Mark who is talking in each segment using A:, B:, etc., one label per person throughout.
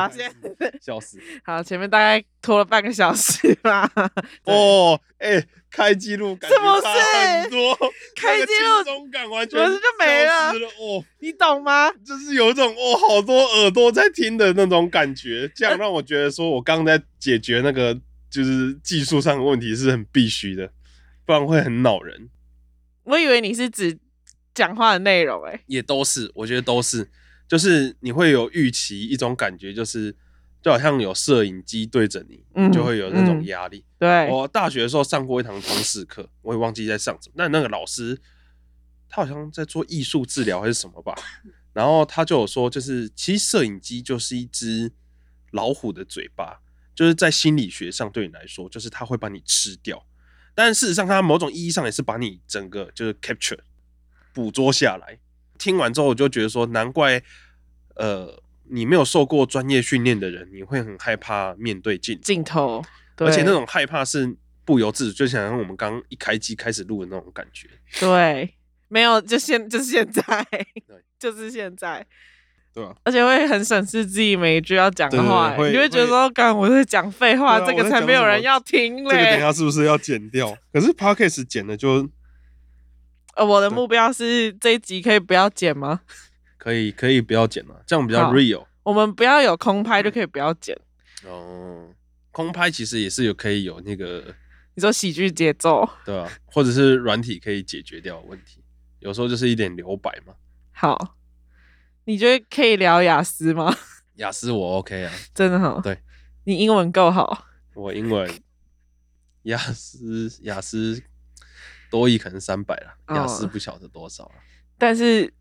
A: 好，现在
B: 笑 死！
A: 好，前面大概拖了半个小时 吧。
B: 哦，哎、开记录感
A: 是不
B: 觉
A: 是
B: 差很多，
A: 开
B: 那个
A: 记录
B: 轻松感完全
A: 我是就没
B: 消
A: 了
B: 失了哦，
A: 你懂吗？
B: 就是有一种哦，好多耳朵在听的那种感觉，这样让我觉得说我刚刚在解决那个就是技术上的问题是很必须的，不然会很恼人。
A: 我以为你是指讲话的内容、欸，哎，
B: 也都是，我觉得都是，就是你会有预期一种感觉，就是就好像有摄影机对着你，
A: 嗯
B: 就会有那种
A: 嗯
B: 压力。
A: 对，
B: 我大学的时候上过一堂通识课，我也忘记在上什么。那那个老师，他好像在做艺术治疗还是什么吧。然后他就有说，就是其实摄影机就是一只老虎的嘴巴，就是在心理学上对你来说，就是它会把你吃掉。但事实上，它某种意义上也是把你整个就是 capture 捕捉下来。听完之后，我就觉得说，难怪，呃，你没有受过专业训练的人，你会很害怕面对镜头
A: 镜头，对，
B: 而且那种害怕是不由自主，就想像我们刚刚一开机开始录的那种感觉。
A: 对，没有，就现就是现在
B: 对，
A: 就是现在，
B: 对啊，
A: 而且会很审视自己每一句要讲的
B: 对对
A: 话、
B: 对
A: 欸，你
B: 会
A: 会觉得说，干我在讲废话、
B: 对啊
A: 这
B: 我
A: 个
B: 在
A: 才
B: 讲
A: 没有
B: 什么
A: 人要听
B: 这个等一
A: 嘞、
B: 下是不是要剪掉？可是 podcast 剪了就
A: 呃，我的
B: 对
A: 目标是这一集可以不要剪吗？
B: 可以，可以不要剪了，这样比较
A: 好
B: real。
A: 我们不要有空拍就可以不要剪。
B: 哦，空拍其实也是有可以有那个
A: 你说喜剧节奏，
B: 对吧、或者是软体可以解决掉的问题。有时候就是一点留白嘛。
A: 好，你觉得可以聊雅思吗？
B: 雅思我 OK 啊，
A: 真的好，
B: 对，
A: 你英文够好，
B: 我英文雅思雅思多一可能三百了，雅思
A: 哦
B: 不晓得多少了。
A: 但是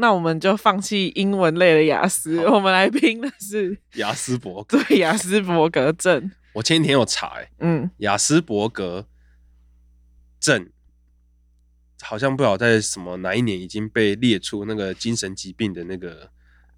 A: 那我们就放弃英文类的雅思，
B: 好
A: 我们来拼的是
B: 雅思伯格，
A: 对雅思伯格症。
B: 我前几天有查、欸，
A: 嗯，
B: 雅斯伯格症，好像不晓得在什么哪一年已经被列出那个精神疾病的那个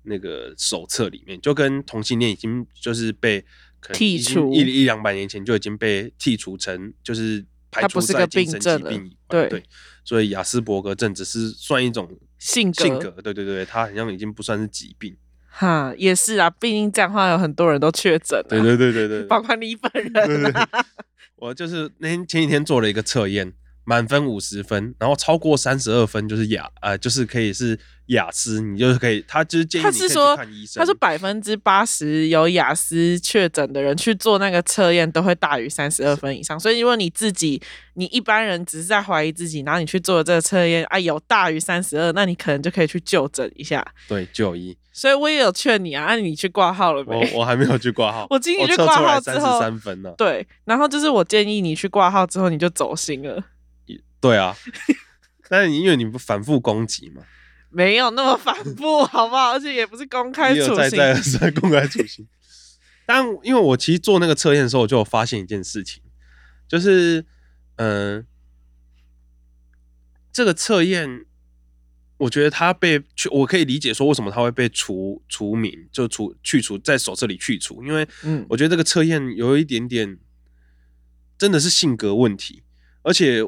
B: 那个手册里面，就跟同性恋已经就是被可能
A: 剔
B: 已经
A: 除
B: 一一两百年前就已经被剔除成就是排
A: 它不
B: 除
A: 是
B: 在
A: 个
B: 精
A: 病
B: 神疾
A: 症了
B: 病以外，
A: 对
B: 对，所以雅斯伯格症只是算一种
A: 性格
B: 性格，对对对，它好像已经不算是疾病，
A: 哈，也是啊，毕竟这样的话有很多人都确诊了、
B: 对对对对对，
A: 包括你本人、啊。
B: 我就是那天前几天做了一个测验，满分五十分，然后超过三十二分就是雅，呃，就是可以是雅思，你就是可以，他就是建议
A: 他
B: 你可
A: 是
B: 以去
A: 说
B: 看医，生。
A: 他说百分之八十有雅思确诊的人去做那个测验都会大于三十二分以上，所以如果你自己，你一般人只是在怀疑自己，然后你去做了这个测验，啊有大于三十二，那你可能就可以去就诊一下。
B: 对就医，
A: 所以我也有劝你啊，啊你去挂号了
B: 我
A: 没？
B: 我还没有去挂号，
A: 我今天
B: 我
A: 去
B: 测
A: 挂
B: 出来
A: 号之
B: 三十
A: 后
B: 三分呢、
A: 对，然后就是我建议你去挂号之后你就走心了，
B: 对啊， 但是因为你不反复攻击嘛，
A: 没有那么反 复，好不好？而且也不是公开
B: 你有
A: 处
B: 在在
A: 刑。
B: 在公开处刑。但因为我其实做那个测验的时候，我就有发现一件事情，就是嗯、呃这个测验，我觉得它被去，我可以理解说为什么它会被除除名，就除去除在手册里去除，因为
A: 嗯
B: 我觉得这个测验有一点点真的是性格问题，而且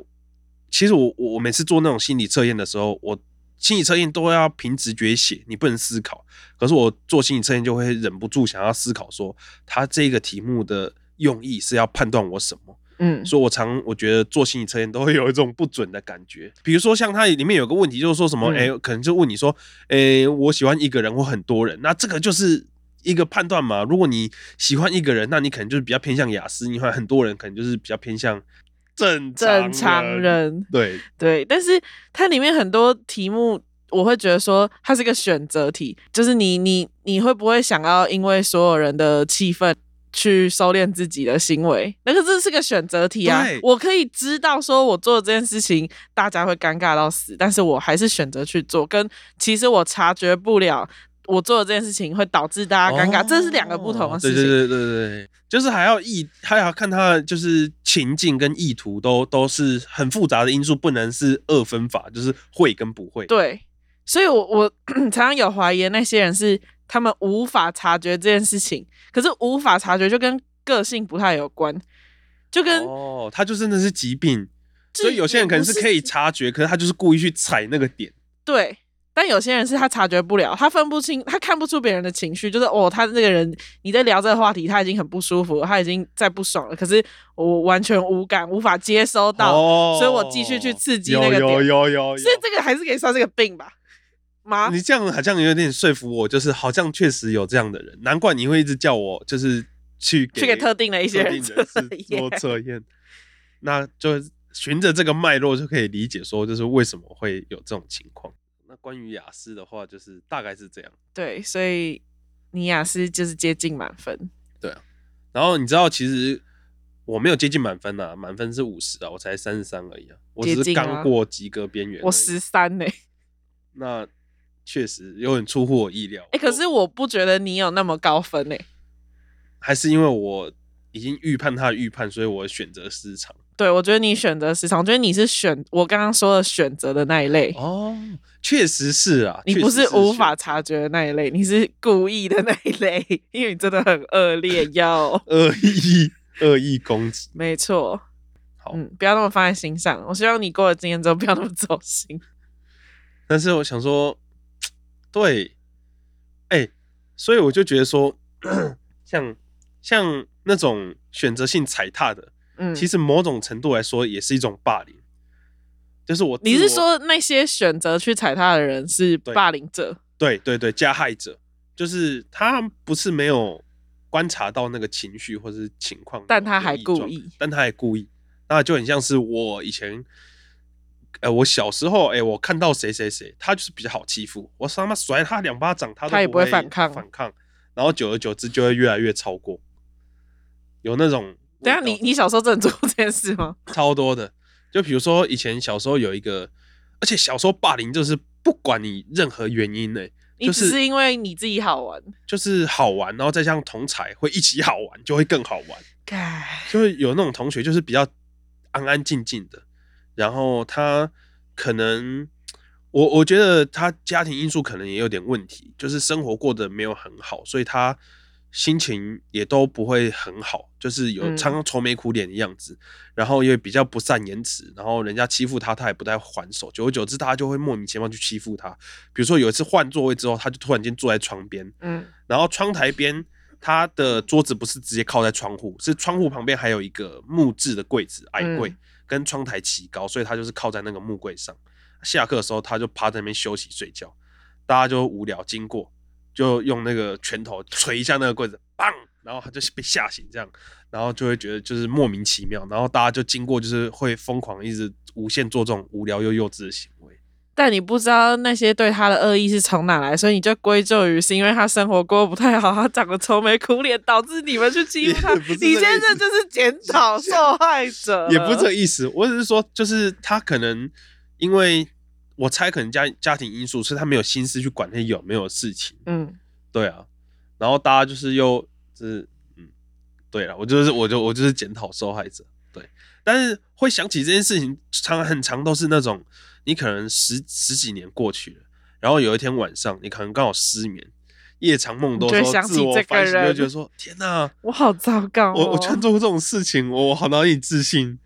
B: 其实我我我每次做那种心理测验的时候，我心理测验都要凭直觉写，你不能思考。可是我做心理测验就会忍不住想要思考说他这个题目的用意是要判断我什么。
A: 嗯，
B: 所以我常我觉得做心理测验都会有一种不准的感觉。比如说像它里面有个问题，就是说什么，
A: 嗯
B: 哎、可能就问你说，哎、我喜欢一个人或很多人，那这个就是。一个判断嘛，如果你喜欢一个人，那你可能就是比较偏向雅思；你喜欢很多人，可能就是比较偏向 正
A: 正常。人
B: 对，
A: 对，但是它里面很多题目，我会觉得说它是个选择题，就是你你你会不会想要因为所有人的气氛去收敛自己的行为？那个这是个选择题啊
B: 对，
A: 我可以知道说我做这件事情大家会尴尬到死，但是我还是选择去做，跟其实我察觉不了。我做的这件事情会导致大家啊尴尬，这是两个不同的事情。
B: 哦对对对对对，就是还要意，还要看他的就是情境跟意图都都是很复杂的因素，不能是二分法，就是会跟不会。
A: 对，所以我我 常常有怀疑，那些人是他们无法察觉这件事情，可是无法察觉就跟个性不太有关，就跟、
B: 哦，他就真的是疾病，
A: 这
B: 所以有些人可
A: 也
B: 能是
A: 不
B: 可以察觉，可是他就是故意去踩那个点。
A: 对，但有些人是他察觉不了，他分不清，他看不出别人的情绪，就是哦，他这个人你在聊这个话题，他已经很不舒服，他已经在不爽了，可是我完全无感，无法接收到，
B: 哦
A: 所以我继续去刺激那个
B: 有
A: 点，
B: 有有有有，
A: 所以这个还啊是可以算是个病吧？吗？
B: 你这样好像有点说服我，就是好像确实有这样的人，难怪你会一直叫我就是去给
A: 去给特定的一些
B: 特
A: 人
B: 定人士做测验，那就循着这个脉络就可以理解说，就是为什么会有这种情况。那关于雅思的话，就是大概是这样。
A: 对，所以你雅思就是接近满分，
B: 然后你知道，其实我没有接近满分啊，满分是五十啊，我才三十三而已啊，我只
A: 接
B: 是
A: 近啊
B: 刚过及格边缘而已。
A: 我十三呢。
B: 那确实有点出乎我意料。
A: 哎、可是我不觉得你有那么高分呢、
B: 还是因为我已经预判他的预判，所以我选择失常。
A: 对，我觉得你选择时长，我觉得你是选我刚刚说的选择的那一类，
B: 哦，确实是啊，
A: 哎你
B: 确
A: 不
B: 实
A: 是
B: 是
A: 无法
B: 选
A: 察觉的那一类，你是故意的那一类，因为你真的很恶劣哟。
B: 恶意恶意攻击。
A: 没错，
B: 好，
A: 嗯，不要那么放在心上。我希望你过了今天之后不要那么走心。
B: 但是我想说，对，哎、所以我就觉得说， 像像那种选择性踩踏的，
A: 嗯，
B: 其实某种程度来说也是一种霸凌。就是我自
A: 你是
B: 我
A: 说那些选择去踩踏的人是
B: 对
A: 霸凌者？
B: 对对对，加害者就是他不是没有观察到那个情绪或是情况，
A: 但他还
B: 有异状
A: 故意，
B: 但他还故意，那就很像是我以前，呃，我小时候，哎、我看到谁谁谁，他就是比较好欺负，我他妈甩他两巴掌，他都
A: 他也
B: 不
A: 不会反抗
B: 反抗，然后久而久之就会越来越超过，有那种味
A: 等一下
B: 道的，
A: 你你小时候真的做过这件事 吗？
B: 超多的。就比如说以前小时候有一个，而且小时候霸凌就是不管你任何原因呢、
A: 你
B: 就
A: 只
B: 是
A: 是因为你自己好玩，
B: 就是好玩，然后再加上同才会一起好玩，就会更好玩。
A: 唉
B: 就会有那种同学就是比较安安静静的，然后他可能我我觉得他家庭因素可能也有点问题，就是生活过得没有很好，所以他心情也都不会很好，就是有
A: 嗯
B: 常常愁眉苦脸的样子，然后也比较不善言辞，然后人家欺负他，他也不太还手，久而久之，大家就会莫名其妙去欺负他。比如说有一次换座位之后，他就突然间坐在窗边，
A: 嗯，
B: 然后窗台边，它的桌子不是直接靠在窗户，是窗户旁边还有一个木质的柜子，矮柜、
A: 嗯
B: 跟窗台齐高，所以它就是靠在那个木柜上。下课的时候，他就趴在那边休息睡觉，大家就无聊经过，就用那个拳头捶一下那个柜子，砰！然后他就被吓醒，这样，然后就会觉得就是莫名其妙，然后大家就经过就是会疯狂一直无限做这种无聊又幼稚的行为。
A: 但你不知道那些对他的恶意是从哪来，所以你就归咎于是因为他生活过得不太好，他长得愁眉苦脸，导致你们去欺负他。
B: 也不是
A: 你
B: 这个
A: 现在
B: 意思，
A: 就是检讨受害者
B: 也不是这个意思，我只是说，就是他可能因为我猜可能家家庭因素，所以他没有心思去管那些有没有事情。
A: 嗯，
B: 对啊，然后大家就是又就是嗯，对了，我就是我就我就是检讨受害者，对，但是会想起这件事情，常很长都是那种你可能十十几年过去了，然后有一天晚上你可能刚好失眠。夜长梦多
A: 你
B: 的
A: 就会
B: 时候，
A: 想起
B: 自我
A: 这个
B: 反省就会
A: 人
B: 觉得说：“天哪，
A: 我好糟糕、哦，
B: 我我居然做过这种事情，我我好难以置信。”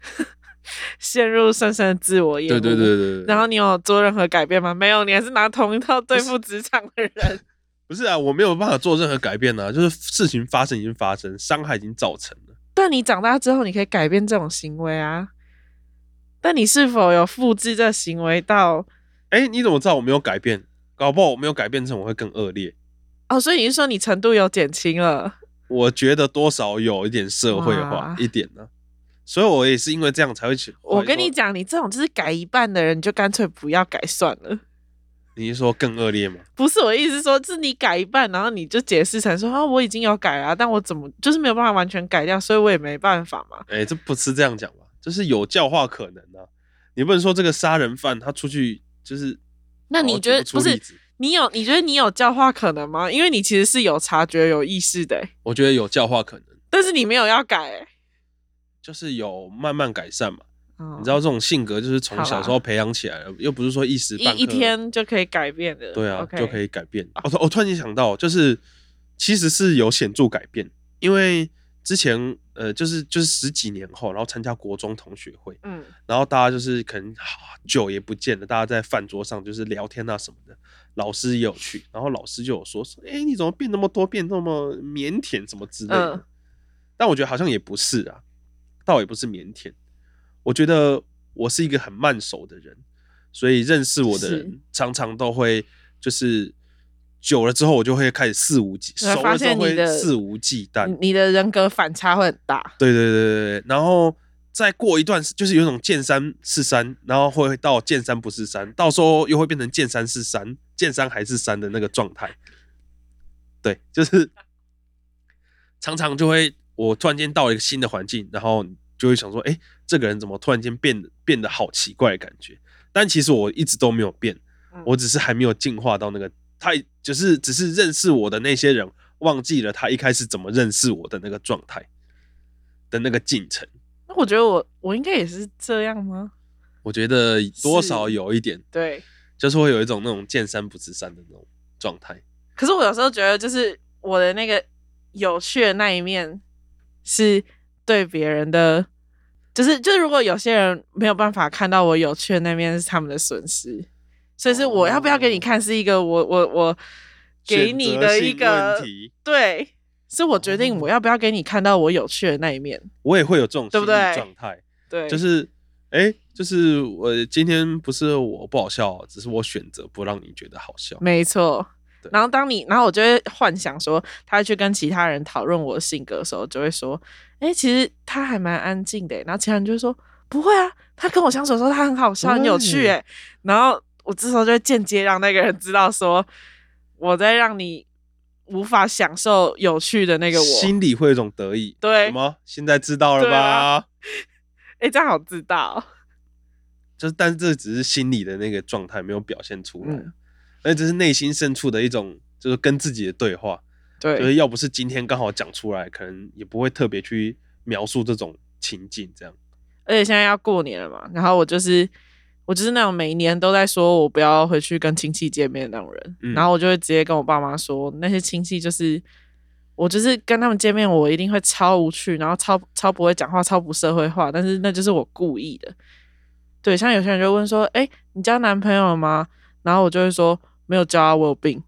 A: 陷入深深的自我厌恶。
B: 对对对对。对
A: 然后你有做任何改变吗？没有，你还是拿同一套对付职场的人。
B: 不是啊，我没有办法做任何改变啊，就是事情发生已经发生，伤害已经造成了。
A: 但你长大之后，你可以改变这种行为啊。但你是否有复制这行为到
B: 哎、你怎么知道我没有改变？搞不好我没有改变成我会更恶劣。
A: 哦，所以你是说你程度有减轻了？
B: 我觉得多少有一点社会化
A: 哇
B: 一点呢、所以我也是因为这样才会去。
A: 我跟你
B: 才说，
A: 讲，你这种就是改一半的人，你就干脆不要改算了。
B: 你是说更恶劣吗？
A: 不是我的意思是说，是你改一半，然后你就解释成说啊，我已经有改了啊，但我怎么就是没有办法完全改掉，所以我也没办法嘛。
B: 哎、这不是这样讲吧？就是有教化可能啊。你不能说这个杀人犯他出去就是，
A: 那
B: 好
A: 你
B: 我
A: 觉得
B: 举
A: 不
B: 出例
A: 是
B: 子
A: 你有？你觉得你有教化可能吗？因为你其实是有察觉、有意识的欸、
B: 我觉得有教化可能，
A: 但是你没有要改、欸。
B: 就是有慢慢改善嘛。
A: 哦
B: 你知道这种性格就是从
A: 好啦
B: 小时候培养起来的，又不是说一时半刻
A: 一一天就可以改变的，
B: 对啊
A: OK
B: 就可以改变。哦我突我突然间想到，就是其实是有显著改变，因为之前呃，就是就是十几年后，然后参加国中同学会，
A: 嗯，
B: 然后大家就是可能、啊、久也不见了，大家在饭桌上就是聊天啊什么的，老师也有去，然后老师就有说说，哎、你怎么变那么多，变那么腼腆什么之类的。
A: 嗯
B: 但我觉得好像也不是啊，倒也不是腼腆，我觉得我是一个很慢熟的人，所以认识我的
A: 是
B: 人常常都会就是久了之后，我就会开始肆无忌
A: 你会
B: 熟
A: 发
B: 了之后
A: 现你
B: 会
A: 的
B: 肆无忌惮。
A: 你你的人格反差会很大，
B: 对对对对对，然后再过一段时，就是有一种见山是山，然后会到见山不是山，到时候又会变成见山是山，见山还是山的那个状态。对，就是常常就会，我突然间到了一个新的环境，然后你就会想说，哎，这个人怎么突然间变得变得好奇怪的感觉？但其实我一直都没有变
A: 嗯，
B: 我只是还没有进化到那个，他就是只是认识我的那些人忘记了他一开始怎么认识我的那个状态的那个进程。
A: 那我觉得我我应该也是这样吗？
B: 我觉得多少
A: 是
B: 有一点，
A: 对，
B: 就是会有一种那种见山不是山的那种状态。
A: 可是我有时候觉得，就是我的那个有趣的那一面，是对别人的，就是就是如果有些人没有办法看到我有趣的那面，是他们的损失。所以是我要不要给你看，是一个我我我给你的一
B: 哦选择性问
A: 个
B: 题，
A: 对，是我决定
B: 哦
A: 我要不要给你看到我有趣的那一面。
B: 我也会有这种
A: 对
B: 心
A: 不
B: 理
A: 对
B: 状态，
A: 对，
B: 就是哎、诶就是我今天不是我不好笑，只是我选择不让你觉得好笑。
A: 没错
B: 对。
A: 然后当你，然后我就会幻想说，他去跟其他人讨论我的性格的时候，就会说，哎、其实他还蛮安静的欸。然后其他人就会说，不会啊，他跟我相处的时候，他很好
B: 嗯
A: 笑，很有趣，
B: 对
A: 哎。然后我这时候就会间接让那个人知道说，我在让你无法享受有趣的那个我。
B: 心里会有一种得意，
A: 对
B: 什，么？现在知道了
A: 对
B: 吧？
A: 啊哎、这样好知道。
B: 就是，但是这只是心里的那个状态没有表现出来，
A: 嗯
B: 而这是内心深处的一种，就是跟自己的对话。就是
A: 对，
B: 要不是今天刚好讲出来，可能也不会特别去描述这种情境。这样，
A: 而且现在要过年了嘛，然后我就是我就是那种每一年都在说我不要回去跟亲戚见面的那种人，
B: 嗯
A: 然后我就会直接跟我爸妈说，那些亲戚就是我就是跟他们见面，我一定会超无趣，然后超超不会讲话，超不社会化，但是那就是我故意的。对，像有些人就问说，哎、你交男朋友了吗？然后我就会说没有交啊，我有病，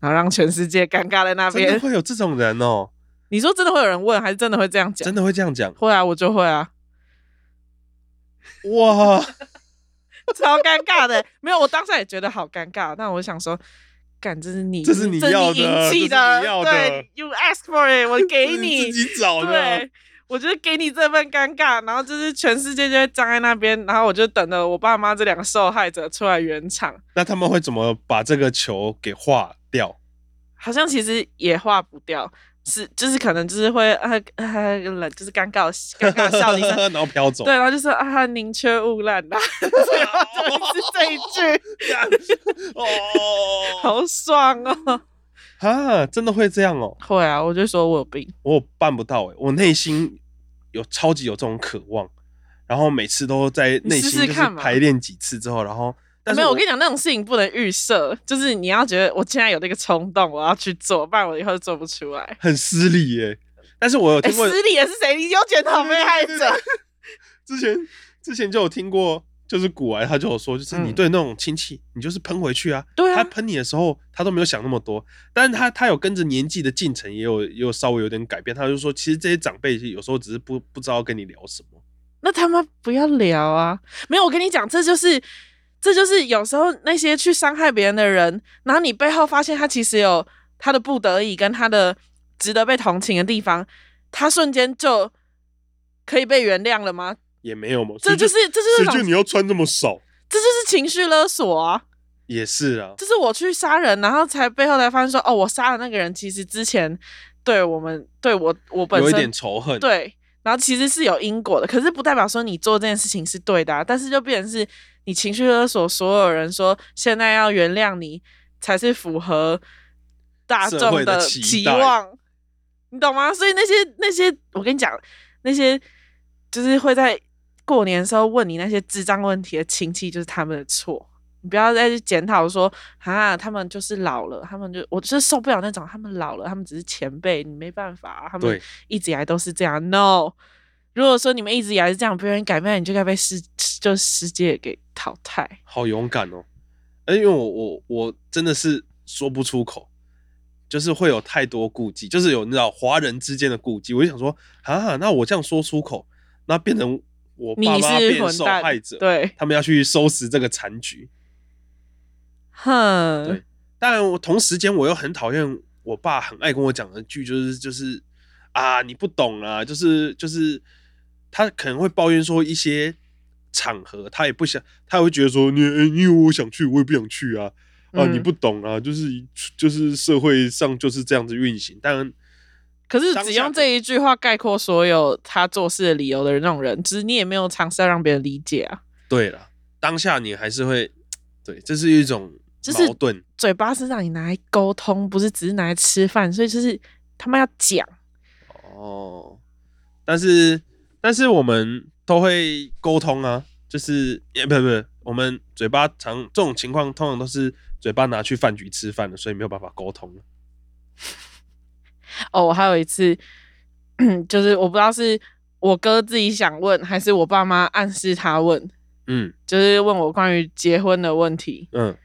A: 然后让全世界尴尬在那
B: 真的
A: 边。
B: 会有这种人哦，
A: 你说真的会有人问，还是真的会这样讲
B: 真？的会这样讲
A: 会啊，我就会啊。
B: 哇！
A: 超尴尬的欸、没有，我当下也觉得好尴尬，但我想说，干，这是你，
B: 这是你
A: 这
B: 要的
A: 引起
B: 这是你要的
A: 对，you ask for it，我 给你
B: 自，己找的啊
A: 对，，我就是给你这份尴尬，然后就是全世界就会站在那边，然后我就等着我爸妈这两个受害者出来圆场，
B: 那他们会怎么把这个球给化掉？
A: 好像其实也化不掉。是，就是可能就是会啊啊，就是尴尬尴尬笑一声，
B: 然后飘走。
A: 对，然后就是啊，宁缺毋滥 啦，
B: 哦
A: 最后就是这一句，
B: 干哦，
A: 好爽哦。
B: 啊，真的会这样哦，
A: 会啊，我就说我有病。
B: 我办不到哎、我内心有超级有这种渴望，然后每次都在内
A: 你试
B: 心
A: 试
B: 就是
A: 看嘛
B: 排练几次之后，然后但是
A: 没有，我跟你讲，那种事情不能预设，就是你要觉得我现在有这个冲动，我要去做，不然我以后就做不出来。
B: 很失礼耶、但是我有
A: 哎，
B: 听过，
A: 失礼的是谁？你有检讨被害
B: 对对
A: 者
B: 对。之前之前就有听过，就是古癌他就有说，就是
A: 嗯
B: 你对那种亲戚，你就是喷回去啊。
A: 对啊
B: 他喷你的时候，他都没有想那么多，但是他他有跟着年纪的进程，也有也有稍微有点改变。他就说，其实这些长辈有时候只是不不知道跟你聊什么。
A: 那他妈不要聊啊！没有，我跟你讲，这就是，这就是有时候那些去伤害别人的人，然后你背后发现他其实有他的不得已跟他的值得被同情的地方，他瞬间就可以被原谅了吗？
B: 也没有嘛，
A: 这就是，
B: 谁
A: 这就是那
B: 叫谁叫
A: 种
B: 你要穿这么少，
A: 这就是情绪勒索啊！
B: 也是啊，
A: 就是我去杀人，然后才背后才发现说，哦，我杀的那个人其实之前对我们对我我本
B: 有一点
A: 身
B: 仇恨，，
A: 对，然后其实是有因果的，可是不代表说你做这件事情是对的、啊，但是就变成是你情绪勒索所有人说现在要原谅你才是符合大
B: 社
A: 众
B: 会的期
A: 期
B: 待
A: 望，你懂吗？所以那些那些，我跟你讲，那些就是会在过年的时候问你那些智障问题的亲戚，就是他们的错。你不要再去检讨说啊，他们就是老了，他们就我就是受不了那种，他们老了，他们只是前辈，你没办法、啊，他们
B: 对
A: 一直以来都是这样。No，如果说你们一直以来是这样，不愿意改变，你就该被世就世界给淘汰。
B: 好勇敢哦。而而因为我我我真的是说不出口，就是会有太多顾忌，就是有你知道华人之间的顾忌，我就想说啊，那我这样说出口，那变成我
A: 你
B: 爸妈
A: 是
B: 变
A: 混
B: 受
A: 蛋
B: 害，者，
A: 对，
B: 他们要去收拾这个残局。
A: 哼
B: 对，但我同时间我又很讨厌我爸很爱跟我讲的一句，就是就是啊，你不懂啊，就是就是他可能会抱怨说一些场合，他也不想，他也会觉得说你、诶因为我想去，我也不想去啊啊，
A: 嗯
B: 你不懂啊，就是就是社会上就是这样子运行，但
A: 可是
B: 当
A: 只
B: 下
A: 用
B: 的
A: 这一句话概括所有他做事的理由的那种人，只是你也没有尝试要让别人理解啊。
B: 对了，当下你还是会对，这是一种
A: 就是
B: 矛盾，啊
A: 嘴巴是让你拿来沟通，不是只是拿来吃饭，所以就是他们要讲。
B: 哦，但是但是我们都会沟通啊，就是也不是不是，我们嘴巴常这种情况通常都是嘴巴拿去饭局吃饭的，所以没有办法沟通了。
A: 哦，我还有一次，就是我不知道是我哥自己想问，还是我爸妈暗示他问，
B: 嗯
A: 就是问我关于结婚的问题。
B: 嗯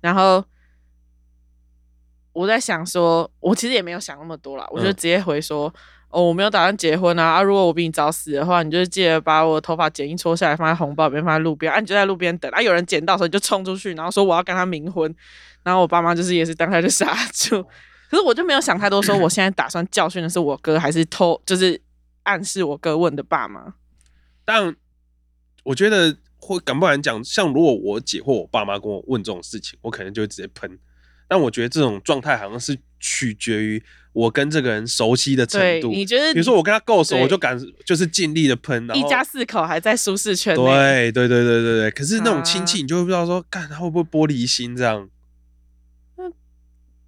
A: 然后我在想说，我其实也没有想那么多啦，我就
B: 嗯
A: 直接回说，哦，我没有打算结婚啊，啊，如果我比你早死的话，你就记得把我的头发剪一撮下来，放在红包里面，放在路边，啊，你就在路边等，啊，有人捡到的时候你就冲出去，然后说我要跟他冥婚，然后我爸妈就是也是当下就刹
B: 哦
A: 住，可是我就没有想太多，说我现在打算教训的是我哥，还是偷就是暗示我哥问的爸妈？
B: 但我觉得会敢不敢讲，像如果我姐或我爸妈跟我问这种事情，我可能就会直接喷。但我觉得这种状态好像是取决于我跟这个人熟悉的程
A: 对，
B: 度。
A: 你觉得
B: 比如说我跟他够熟，
A: 对
B: 我就敢就是尽力的喷。然
A: 一
B: 后
A: 家四口还在舒适圈内，
B: 对对对对对对，可是那种
A: 欸
B: 亲
A: 啊
B: 戚，你就会不知道说，干、他会不会玻璃心这样，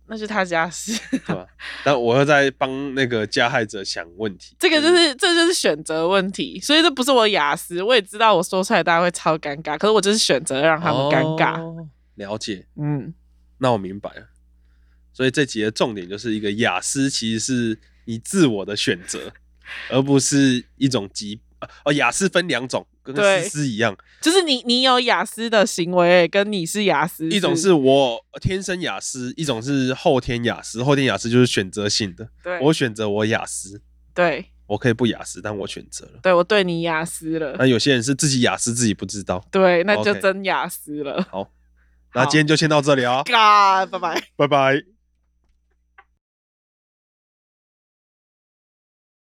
A: 那是他家事。
B: 对 吧？但我又在帮那个加害者想问题，
A: 这个就是这就是选择问题，所以这不是我雅思，我也知道我说出来大家会超尴尬，可是我就是选择让他们尴尬。
B: 哦了解，
A: 嗯，
B: 那我明白了。所以这集的重点就是一个雅思，其实是你自我的选择，而不是一种疾。哦，雅思分两种，跟
A: 对
B: 思思一样，
A: 就是你你有雅思的行为，跟你是雅思，
B: 一种是我天生雅思，一种是后天雅思。后天雅思就是选择性的，
A: 对，
B: 我选择我雅思，
A: 对
B: 我可以不雅思，但我选择了。
A: 对我对你雅思了，
B: 那有些人是自己雅思自己不知道。
A: 对，那就
B: 哎 OK
A: 真雅思了。
B: 好，那今天就先到这里啊、
A: 嘎，拜拜。
B: 拜拜。